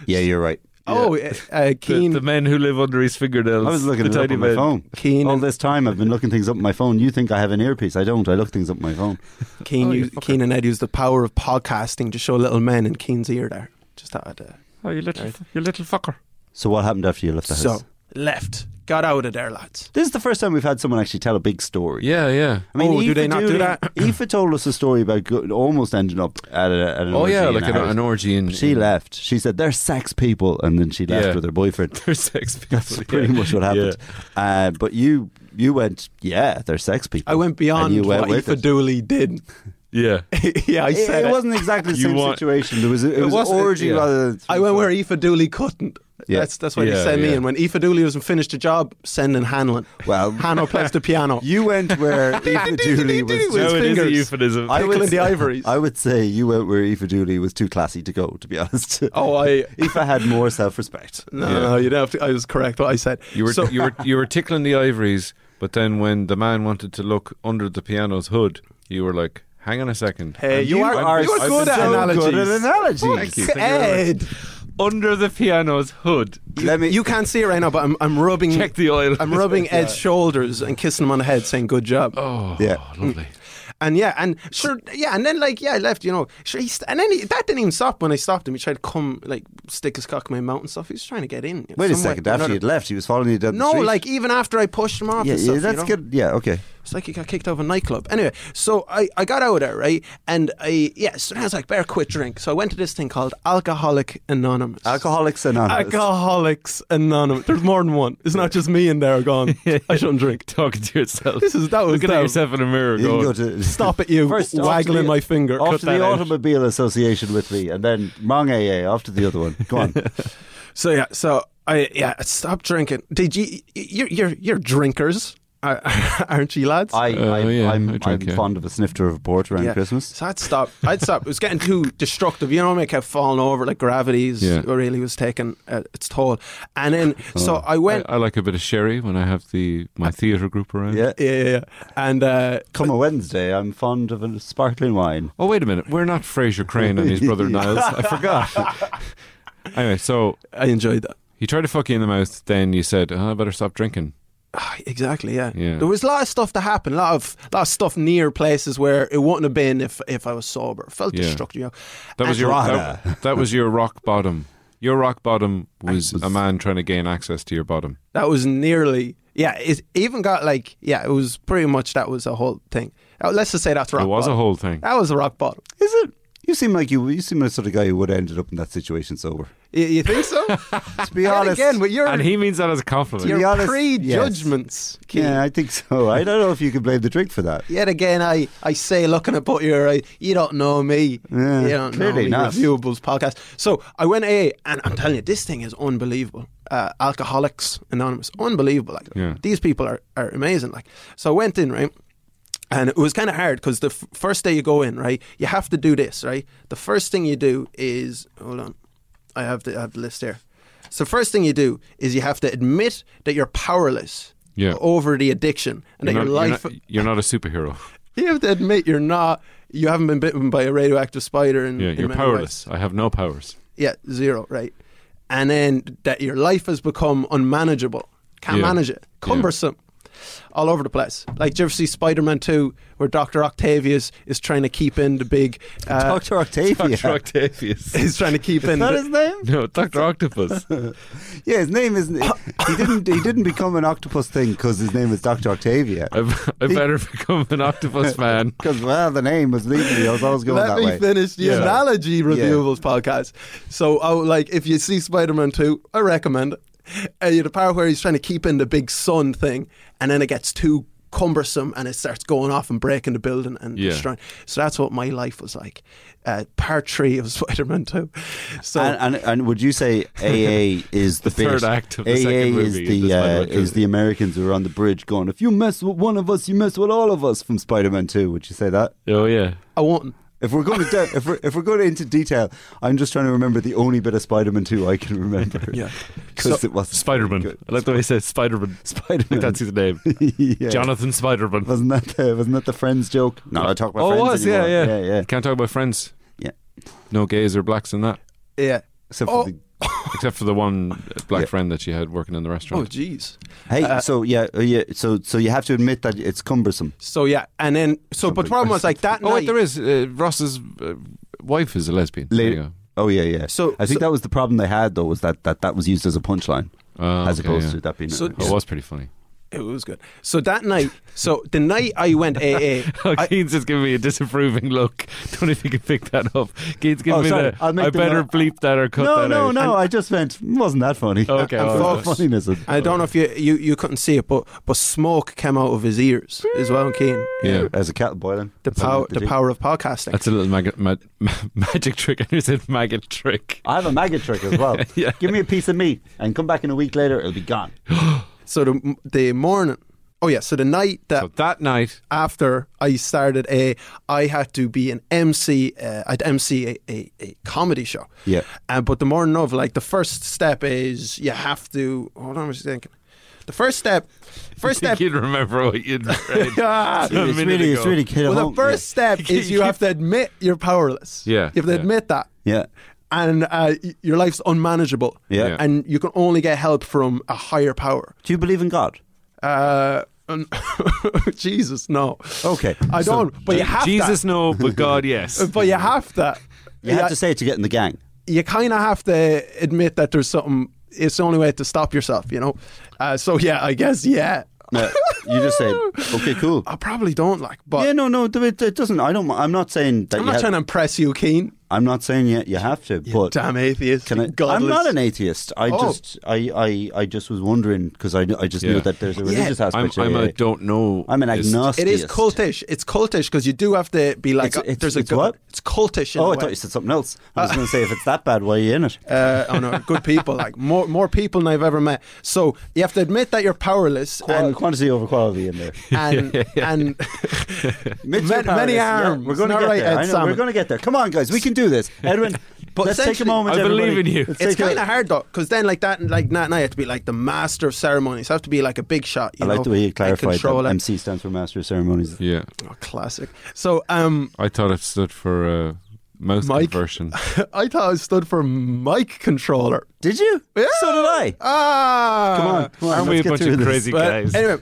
B: yeah, you're right.
D: Oh, uh, uh,
A: The,
D: Keen.
A: the men who live under his fingernails.
B: I was looking
A: the
B: it up
A: tiny
B: on my
A: men.
B: phone.
D: Keen
B: All
D: and-
B: this time I've been looking things up on my phone. You think I have an earpiece? I don't. I look things up on my phone.
D: Keen,
A: Oh, you
D: used, Keen and Ed used the power of podcasting to show little men in Keen's ear there. Just thought I'd, uh,
A: Oh, you little, you little fucker.
B: So what happened after you left the house?
D: so left, got out of there, lads.
B: this is the first time we've had someone actually tell a big story.
A: Yeah, yeah.
B: I mean,
D: Oh, do
B: Aoife
D: they not do
B: Dooley-
D: that?
B: Aoife told us a story about go- almost ending up at, a, at an
A: Oh,
B: orgy
A: yeah,
B: in
A: like
B: a
A: an,
B: house.
A: an orgy in.
B: She
A: in-
B: left. She said they're sex people, and then she left
A: Yeah.
B: with her boyfriend.
A: They're sex people.
B: That's pretty much what happened. Uh, but you you went, yeah, they're sex people.
D: I went
B: And
D: beyond
B: you went
D: what
B: with
D: Aoife
B: it.
D: Dooley did.
A: Yeah. yeah.
D: yeah, I
B: It,
D: said
B: it
D: it.
B: wasn't exactly the
A: You
B: same
A: want-
B: situation. There was a, it,
A: It
B: was an
A: wasn't-
B: orgy
A: yeah.
B: rather than
D: I went where Aoife Dooley couldn't.
B: Yeah.
D: That's that's why they
A: Yeah,
D: sent me.
A: yeah.
D: And when Aoife Dooley wasn't finished the job, sending Hanlon.
B: Well-
D: Hanlon plays the piano.
B: You went where Aoife Dooley was.
D: With his
A: No, it is a
D: fingers.
A: euphemism.
B: I
D: Tickling
B: would,
D: the ivories.
B: I would say you went where Aoife Dooley was too classy to go, to be honest.
D: oh, I
B: Aoife had more self respect.
D: no, no, you don't have to. I was correct. What I said.
A: You were
D: So-
A: you were you were tickling the ivories, but then when the man wanted to look under the piano's hood, you were like, "Hang on a second, And
D: Hey, Uh, you are-
A: I'm-
D: you are
A: I've
D: good
A: been
D: at
A: so
D: analogies.
B: good at analogies. Eh.
A: Thank you.
D: Ed,
A: Under the piano's hood,
B: Let me.
D: you can't see it right now, but I'm I'm rubbing
A: check the oil.
D: I'm rubbing Ed's shoulders and kissing him on the head, saying "Good job."
A: Oh,
B: Yeah.
A: lovely.
D: And yeah, and sure, yeah, and then like yeah, I left, you know. Sure, he st- and then he, that didn't even stop when I stopped him. He tried to come like stick his cock in my mouth and stuff. He was trying to get in. you know,
B: Wait a
D: some way
B: second.
D: or
B: After
D: another.
B: you'd left, he was following you down the
D: no,
B: street.
D: like even after I pushed him off.
B: Yeah,
D: and stuff,
B: yeah
D: you
B: that's
D: know?
B: good. Yeah, okay.
D: It's like he got kicked out of a nightclub. Anyway, so I, I got out of there, right? And I, yeah, so then I was like, better quit drink. So I went to this thing called Alcoholic Anonymous.
B: Alcoholics Anonymous.
D: Alcoholics Anonymous. There's more than one. It's not just me in there going, I shouldn't drink.
A: Talking to yourself.
D: This is, that was
A: Looking at
D: dumb.
A: yourself in a mirror.
B: You can
A: Going,
B: go to
D: Stop at you,
B: First, off to
D: waggling
B: the-
D: my finger.
B: off
D: Cut
B: to
D: that
B: the
D: out.
B: Automobile Association with me, and then wrong AA. Off to the other one. Go on.
D: So yeah, so I yeah, I stopped drinking. Did you? You're you're, you're drinkers, uh, aren't you, lads?
B: I,
A: Uh,
B: I,
A: yeah,
B: I'm,
A: I drink,
B: I'm
A: yeah.
B: fond of a snifter of port around Christmas.
D: So I'd stop. I'd stop. It was getting too destructive. You know, I kept falling over. Like gravity's
A: Yeah.
D: really was taking uh, its toll. And then so I
A: I,
D: went.
A: I like a bit of sherry when I have the my theatre group around.
B: Yeah.
D: yeah, yeah, yeah. And uh,
B: Come a Wednesday, I'm fond of a sparkling wine.
A: Oh wait a minute, we're not Fraser Crane and his brother Niles. I forgot. anyway, so
D: I enjoyed that.
A: he tried to fuck you in the mouth. Then you said, oh, "I better stop drinking."
D: Ah, Exactly. Yeah.
A: Yeah.
D: There was a lot of stuff that happened. A lot of lot of stuff near places where it wouldn't have been if if I was sober. Felt
A: Yeah.
D: destructive. You know?
A: That was
D: And-
A: your
B: Andrada.
A: that, that was your rock bottom. Your rock bottom was a man trying to gain access to your bottom.
D: That was nearly. Yeah, it even got like. Yeah, it was pretty much that was a whole thing. Uh, Let's just say that's rock.
A: it was
D: bottom.
A: a whole thing.
D: That was a rock bottom.
B: Is it? You seem like you. You seem like the sort of guy who would have ended up in that situation sober.
D: You, you think so?
B: To be
D: And
B: honest,
D: again, but you're
A: And he means that as a compliment.
B: be
D: your
B: honest,
D: prejudgments. Keith.
B: yeah, I think so. I don't know if you can blame the drink for that.
D: Yet again, I, I say, looking at both your eye, you don't know me.
B: Yeah,
D: you don't know
B: clearly
D: me.
B: not.
D: Reviewables podcast. So I went A, and I'm telling you, this thing is unbelievable. Uh, Alcoholics Anonymous, unbelievable. Like
A: Yeah.
D: these people are, are amazing. Like so, I went in right, and it was kind of hard because the f- first day you go in, right, you have to do this, right. The first thing you do is hold on, I have the I have the list here. So first thing you do is you have to admit that you're powerless
A: Yeah.
D: over the addiction and that
A: You're
D: your
A: not- you're
D: life
A: not- you're not a superhero.
D: you have to admit you're not. You haven't been bitten by a radioactive spider, and
A: Yeah, you're powerless. I have no powers.
D: Yeah, zero, right? And then that your life has become unmanageable.
A: Yeah.
D: Can't manage it. Cumbersome. all over the place. Like, do you ever see Spider Man 2 where Dr. Octavius is trying to keep in the big. Uh,
B: Doctor Octavia.
E: Dr. Octavius.
D: He's trying to keep in.
B: Is that
D: the-
B: his name?
E: no, Dr. Octopus.
B: Yeah, his name isn't. He didn't. He didn't become an octopus thing because his name was Doctor Octavia.
A: Uh,
E: I, I better become an octopus fan.
B: Because well, the name was legally. I was always going
D: Let
B: that
D: me
B: way.
D: finish the
E: Yeah.
D: analogy reviewables podcast. So, oh, like if you see Spider Man 2, I recommend it. Uh, the part where he's trying to keep in the big sun thing, and then it gets too cumbersome and it starts going off and breaking the building and
E: Yeah.
D: destroying. So, that's what my life was like. Uh, part three of Spider Man 2. So,
E: uh,
B: And, and, and would you say AA is the,
E: third
B: bit-
E: act of the
B: AA
E: second
B: is
E: movie in
B: the
E: the
B: uh,
E: Spider-Man
B: is
E: trilogy.
B: the Americans who are on the bridge going, if you mess with one of us, you mess with all of us from Spider-Man Two. Would you say that?
E: Oh, yeah.
D: I won't.
B: If we're going to de- if we're if we're going into detail, I'm just trying to remember the only bit of Spider-Man Two I can remember.
D: Yeah.
B: because
D: So-
B: it was
E: Spider-Man. I like the way he says Spider-Man. I
B: Spider-Man.
E: think that's his name.
B: yeah.
E: Jonathan Spider-Man.
B: Wasn't that the, wasn't that the Friends joke? No, I talk about
E: oh, it
B: Friends
E: was, yeah,
B: anymore.
E: yeah.
B: yeah, yeah,
E: Can't talk about friends.
B: Yeah.
E: No gays or blacks in that.
D: Yeah.
B: Except
D: Oh.
B: for the
E: Except for the one uh, black
B: Yeah.
E: friend that she had working in the
D: Oh,
E: restaurant.
D: jeez.
B: hey, so yeah, uh, yeah, so so you have to admit that it's cumbersome.
D: So, yeah. And then, so, but the problem was like that
E: Oh, wait,
D: night.
E: there is. Uh, Ross's uh, wife is a lesbian.
B: La-
E: There you go.
B: Oh yeah, yeah.
D: So-
B: I think
D: so-
B: that was the problem they had though was that that, that was used as a punchline
E: Ah,
B: as
E: okay,
B: opposed
E: yeah.
B: to that being.
D: So-
B: a,
E: Oh, It was pretty funny.
D: It was good. So, that night, so the night I went AA, I,
E: Keen's Oh, just giving me a disapproving look. Don't know if you can pick that up. Keen's giving
B: Oh,
E: me
B: sorry,
E: the.
B: I'll make
E: I
B: the
E: better
B: note.
E: bleep that or cut
B: no,
E: that
B: no,
E: out.
B: no. I just meant wasn't that funny?
E: Okay,
B: There's
E: all
B: no
E: right.
B: funniness. in-
D: I don't know if you, you, you couldn't see it, but but smoke came out of his ears as well, Keen.
E: Yeah.
B: As a kettle boiling.
D: The
B: That's something
D: power
B: to
D: the
B: do.
D: power of podcasting.
E: That's a little mag- ma- ma- magic trick. I nearly said maggot trick.
B: I have a maggot trick as well.
E: Yeah.
B: Give me a piece of meat and come back in a week later, it'll be gone.
D: so the the morning, oh yeah, so the night that
E: So that night,
D: after I started a, I had to be an MC. Uh, I'd MC a, a, a comedy show.
B: Yeah.
D: Uh, but the morning of, like the first step is you have to. Hold on, I was thinking. The first step, first
E: I
D: step.
E: think you'd remember what you'd read.
D: Ah,
E: A
B: It's
E: minute
B: really, it's
E: ago.
B: really kid
D: well, the first step is you have to admit you're powerless.
E: Yeah,
D: You have to
E: yeah.
D: admit that.
B: Yeah.
D: and uh, y- your life's unmanageable.
B: Yeah. Yeah.
D: And you can only get help from a higher power.
B: Do you believe in God?
D: Uh, and- Jesus, no.
B: Okay.
D: I
B: So
D: don't, but you have
E: uh, Jesus,
D: to.
E: no, but God, yes.
D: But you have to.
B: You have to say it to get in the gang.
D: you kind of have to admit that there's something, it's the only way to stop yourself, you know? Uh, so, yeah, I guess, yeah.
B: No, you just say, okay, cool.
D: I probably don't like, but
B: yeah, no, no, it, it doesn't. I don't. I'm not saying that.
D: I'm
B: you
D: not
B: have,
D: trying to impress you, Keen.
B: I'm not saying yet you have to. But
D: Damn atheist.
B: Can I,
D: godless.
B: I'm not an atheist. I
D: Oh.
B: just, I, I, I just was wondering because I, I just
E: Yeah.
B: knew that there's a religious
E: I'm,
B: aspect.
E: I'm
B: to
E: a
B: it.
E: don't know.
B: I'm an
E: is-
B: agnostic.
D: It is cultish. It's cultish because you do have to be like, uh,
B: It's- it's-
D: there's a
B: it's
D: go-
B: what?
D: It's cultish. In
B: Oh,
D: a
B: I
D: way.
B: thought you said something else. I was going to say if it's that bad, why are you in it?
D: uh, oh no, good people, like more more people than I've ever met. So you have to admit that you're powerless,
B: Qua-
D: and
B: quantity over quality in there.
D: and and
B: Mitch,
D: Ma-
B: you're powerless.
D: many
B: Yeah,
D: arms.
B: we're going to
D: Not
B: get
D: right,
B: there.
D: Ed
B: I know, we're
D: Salmon.
B: going to get there. Come on, guys. We can do this, Edwin.
D: But
B: let's take a
D: essentially-
B: moment.
E: I believe
B: everybody.
E: in you.
B: Let's
D: it's
B: take a-
D: kind of hard though, because then like that, like that night, I have to be like the master of ceremonies. I have to be like a big shot. You
B: I like
D: know,
B: the way you clarified
D: control
B: that
D: it.
B: MC stands for Master of Ceremonies.
E: Yeah.
D: Oh, classic. So um,
E: I thought it stood for uh, mouth
D: Mike.
E: conversion.
D: I thought I stood for mic controller.
B: Did you? So did I.
D: Ah,
E: Uh,
B: Come on. Come on
E: Aren't we a
B: let's get
E: bunch
B: through
E: of
B: this.
E: crazy
D: But
E: guys?
D: anyway,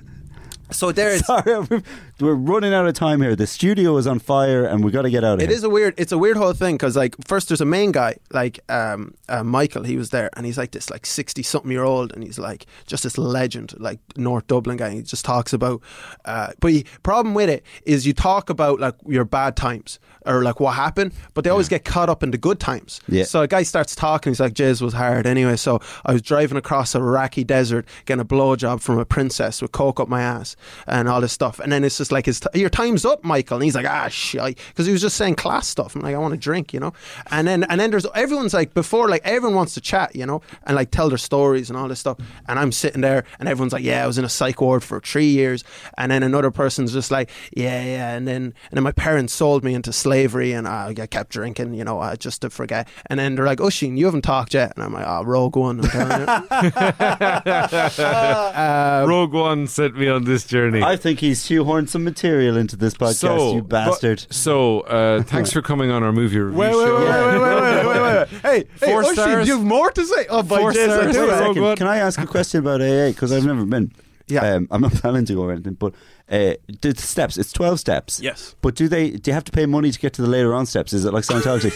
D: so there is.
B: Sorry, we're- we're running out of time here. The studio is on fire, and we got to get out of
D: It
B: here.
D: is a weird. It's a weird whole thing because like first there's a main guy like um, uh, Michael. He was there and he's like this like sixty something year old and he's like just this legend like North Dublin guy. And he just talks about. Uh, but he, problem with it is you talk about like your bad times or like what happened, but they always get caught up in the good times.
B: Yeah.
D: So a guy starts talking. He's like, "Jizz was hard anyway." So I was driving across a Iraqi desert, getting a blowjob from a princess with coke up my ass and all this stuff. And then it's just like, his t- "Your time's up, Michael." And he's like, "Ah, shit," because he was just saying class stuff. I'm like, "I want to drink," you know. And then and then there's everyone's like before, like everyone wants to chat, you know, and like tell their stories and all this stuff. And I'm sitting there, and everyone's like, "Yeah, I was in a psych ward for three years." And then another person's just like, "Yeah, yeah." And then and then my parents sold me into slavery, and I, I kept drinking, you know, uh, just to forget. And then they're like, "Usheen, you haven't talked yet," and I'm like, "Oh, Rogue One." I'm telling you." Um,
E: Rogue One sent me on this journey.
B: I think he's shoehorned some material into this podcast, you
E: but-
B: bastard.
E: so, uh, thanks for coming on our movie review
D: Wait, wait,
E: show.
D: wait, wait, wait, wait, wait, wait, wait. Hey,
E: Four
D: hey, Usheen,
E: stars.
D: you have more to say? Oh, by
E: Four
D: Jesus, I
E: stars.
D: do.
E: Wait a
D: have.
E: second. Rogue One.
B: Can I ask a question about AA? Because I've never been.
D: Yeah.
B: Um, I'm not planning to or anything, but uh, the steps. It's twelve steps.
D: Yes.
B: But do they? Do you have to pay money to get to the later on steps? Is it like Scientology?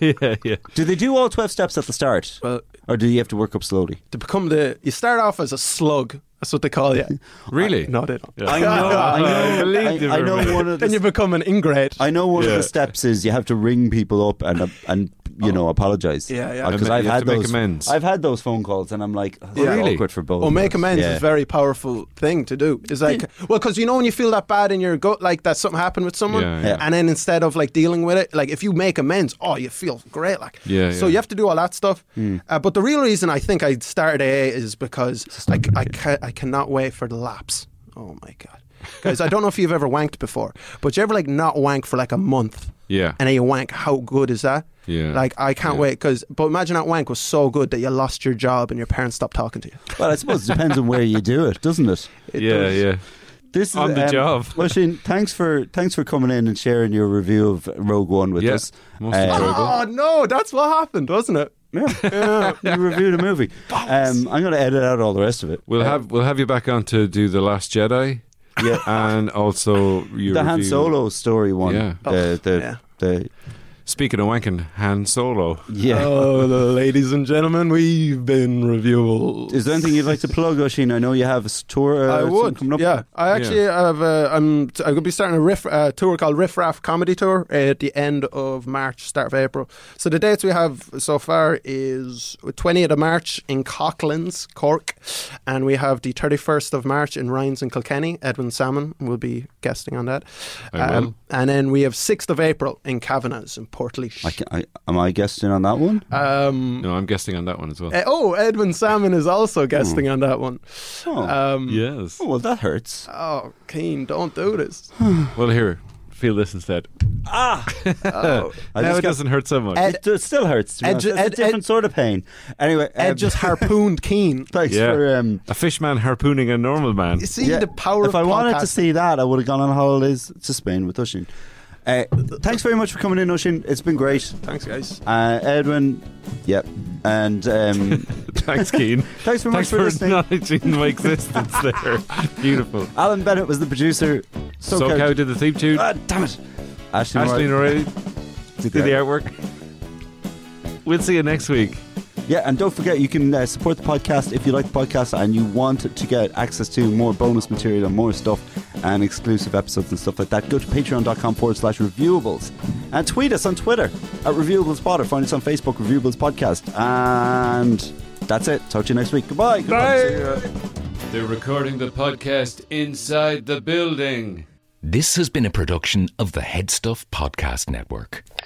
E: yeah, yeah.
B: do they do all twelve steps at the start,
D: Well,
B: or do you have to work up slowly?
D: to become the you start off as a slug. That's what they call you.
E: Really?
D: Not it.
E: Yeah.
B: I
E: I believe
B: know.
E: they
B: I, I
E: were
B: know
E: made.
B: one of
D: Then you
B: the.
D: become an ingrate.
B: I know one of
E: Yeah.
B: the steps is you have to ring people up and uh, and you know apologize.
D: Yeah, yeah.
B: Because
E: And
B: I've
E: Oh. you have
B: had
E: to make
B: those.
E: amends.
B: I've had those phone calls, and I'm like, oh,
D: Yeah.
E: Really?
B: awkward for both.
D: Or
B: of
D: make
B: us.
D: amends
B: Yeah.
D: is a very powerful thing to do. It's like, well, because you know when you feel that bad in your gut, like that something happened with someone,
E: Yeah, yeah.
D: and then instead of like dealing with it, like if you make amends, oh, you feel great, like.
E: Yeah,
D: So
E: yeah. Hmm.
D: you have to do all that stuff. Uh, but the real reason I think I started AA is because I, c- I, ca- I cannot wait for the laps. Oh my god, guys! I don't know if you've ever wanked before, but you ever like not wank for like a month?
E: Yeah.
D: And then you wank. How good is that?
E: Yeah.
D: Like I can't
E: Yeah.
D: wait because. But imagine that wank was so good that you lost your job and your parents stopped talking to you.
B: Well, I suppose it depends on where you do it, doesn't it?
E: yeah, yeah.
B: This is, um,
E: On the job.
B: Well, Shane, thanks for thanks for coming in and sharing your review of Rogue One with
E: Yeah,
B: us. Uh,
E: most enjoyable.
D: Oh no, that's what happened, wasn't it?
B: yeah, you reviewed a movie. Um, I'm going to edit out all the rest of it.
E: We'll have we'll have you back on to do the Last Jedi.
B: Uh, Yeah.
E: and also your
B: the Han
E: review.
B: Solo story one.
E: Yeah.
B: The the
D: Oh, yeah.
B: the
E: Speaking of wanking, Han Solo.
B: yeah.
D: Oh, ladies and gentlemen, we've been reviewed.
B: Is there anything you'd like to plug, Oshin? I know you have a s- tour. Uh,
D: I
B: something
D: would,
B: Coming up.
D: yeah. I actually have. Uh, I'm. t- I'm gonna be starting a riff uh, tour called Riff Raff Comedy Tour at the end of March, start of April. So the dates we have so far is 20th of March in Cocklands, Cork, and we have the 31st of March in Rhines and Kilkenny. Edwin Salmon will be guesting on that. Um,
E: I will.
D: And then we have 6th of April in Kavanagh's in Portlaoise.
B: I, ca- I, am I guessing on that one?
D: Um,
E: No, I'm guessing on that one as well.
B: Eh,
D: Uh, oh, Edwin Salmon is
B: Hmm.
D: also guesting on that one.
B: oh.
D: Um,
E: yes.
B: Oh, well, that hurts.
D: Oh, Keen, don't do this.
E: Well, here, feel this instead.
D: Oh.
B: I
E: now
B: just
E: it
B: got- eh.
E: doesn't hurt so much.
B: it d- still hurts. To be
D: Ed
B: honest.
D: ju-
B: It's a
D: Ed-
B: different
D: Ed-
B: sort of pain. Anyway, um,
D: Ed just harpooned Keen.
B: thanks
E: Yeah.
B: for. Um,
E: a fish man harpooning a normal man.
D: You see
B: Yeah,
D: the power
B: if
D: of
B: I wanted to
D: podcasting?
B: see that, I would have gone on holidays to Spain with Oshin. Uh, thanks very much for coming in, Oshin. It's been great.
D: Thanks, guys.
B: Uh, Edwin, yep. And um,
E: Thanks, Keen.
B: thanks very much
E: Thanks
B: for,
E: for
B: listening.
E: acknowledging my existence there. Beautiful.
B: Alan Bennett was the producer. So,
E: So cow did the theme tune.
B: Ah, damn it. Ashley,
E: Ashley
B: Moore
E: Norrie
B: did
E: did
B: the
E: the artwork. We'll see you next week.
B: Yeah, and don't forget you can uh, support the podcast if you like the podcast and you want to get access to more bonus material and more stuff and exclusive episodes and stuff like that. Go to patreon.com forward slash reviewables and tweet us on Twitter at reviewablespod or find us on Facebook, Reviewables Podcast. And that's it. Talk to you next week. Goodbye. Goodbye.
E: They're recording the podcast inside the building.
F: This has been a production of the Headstuff Podcast Network.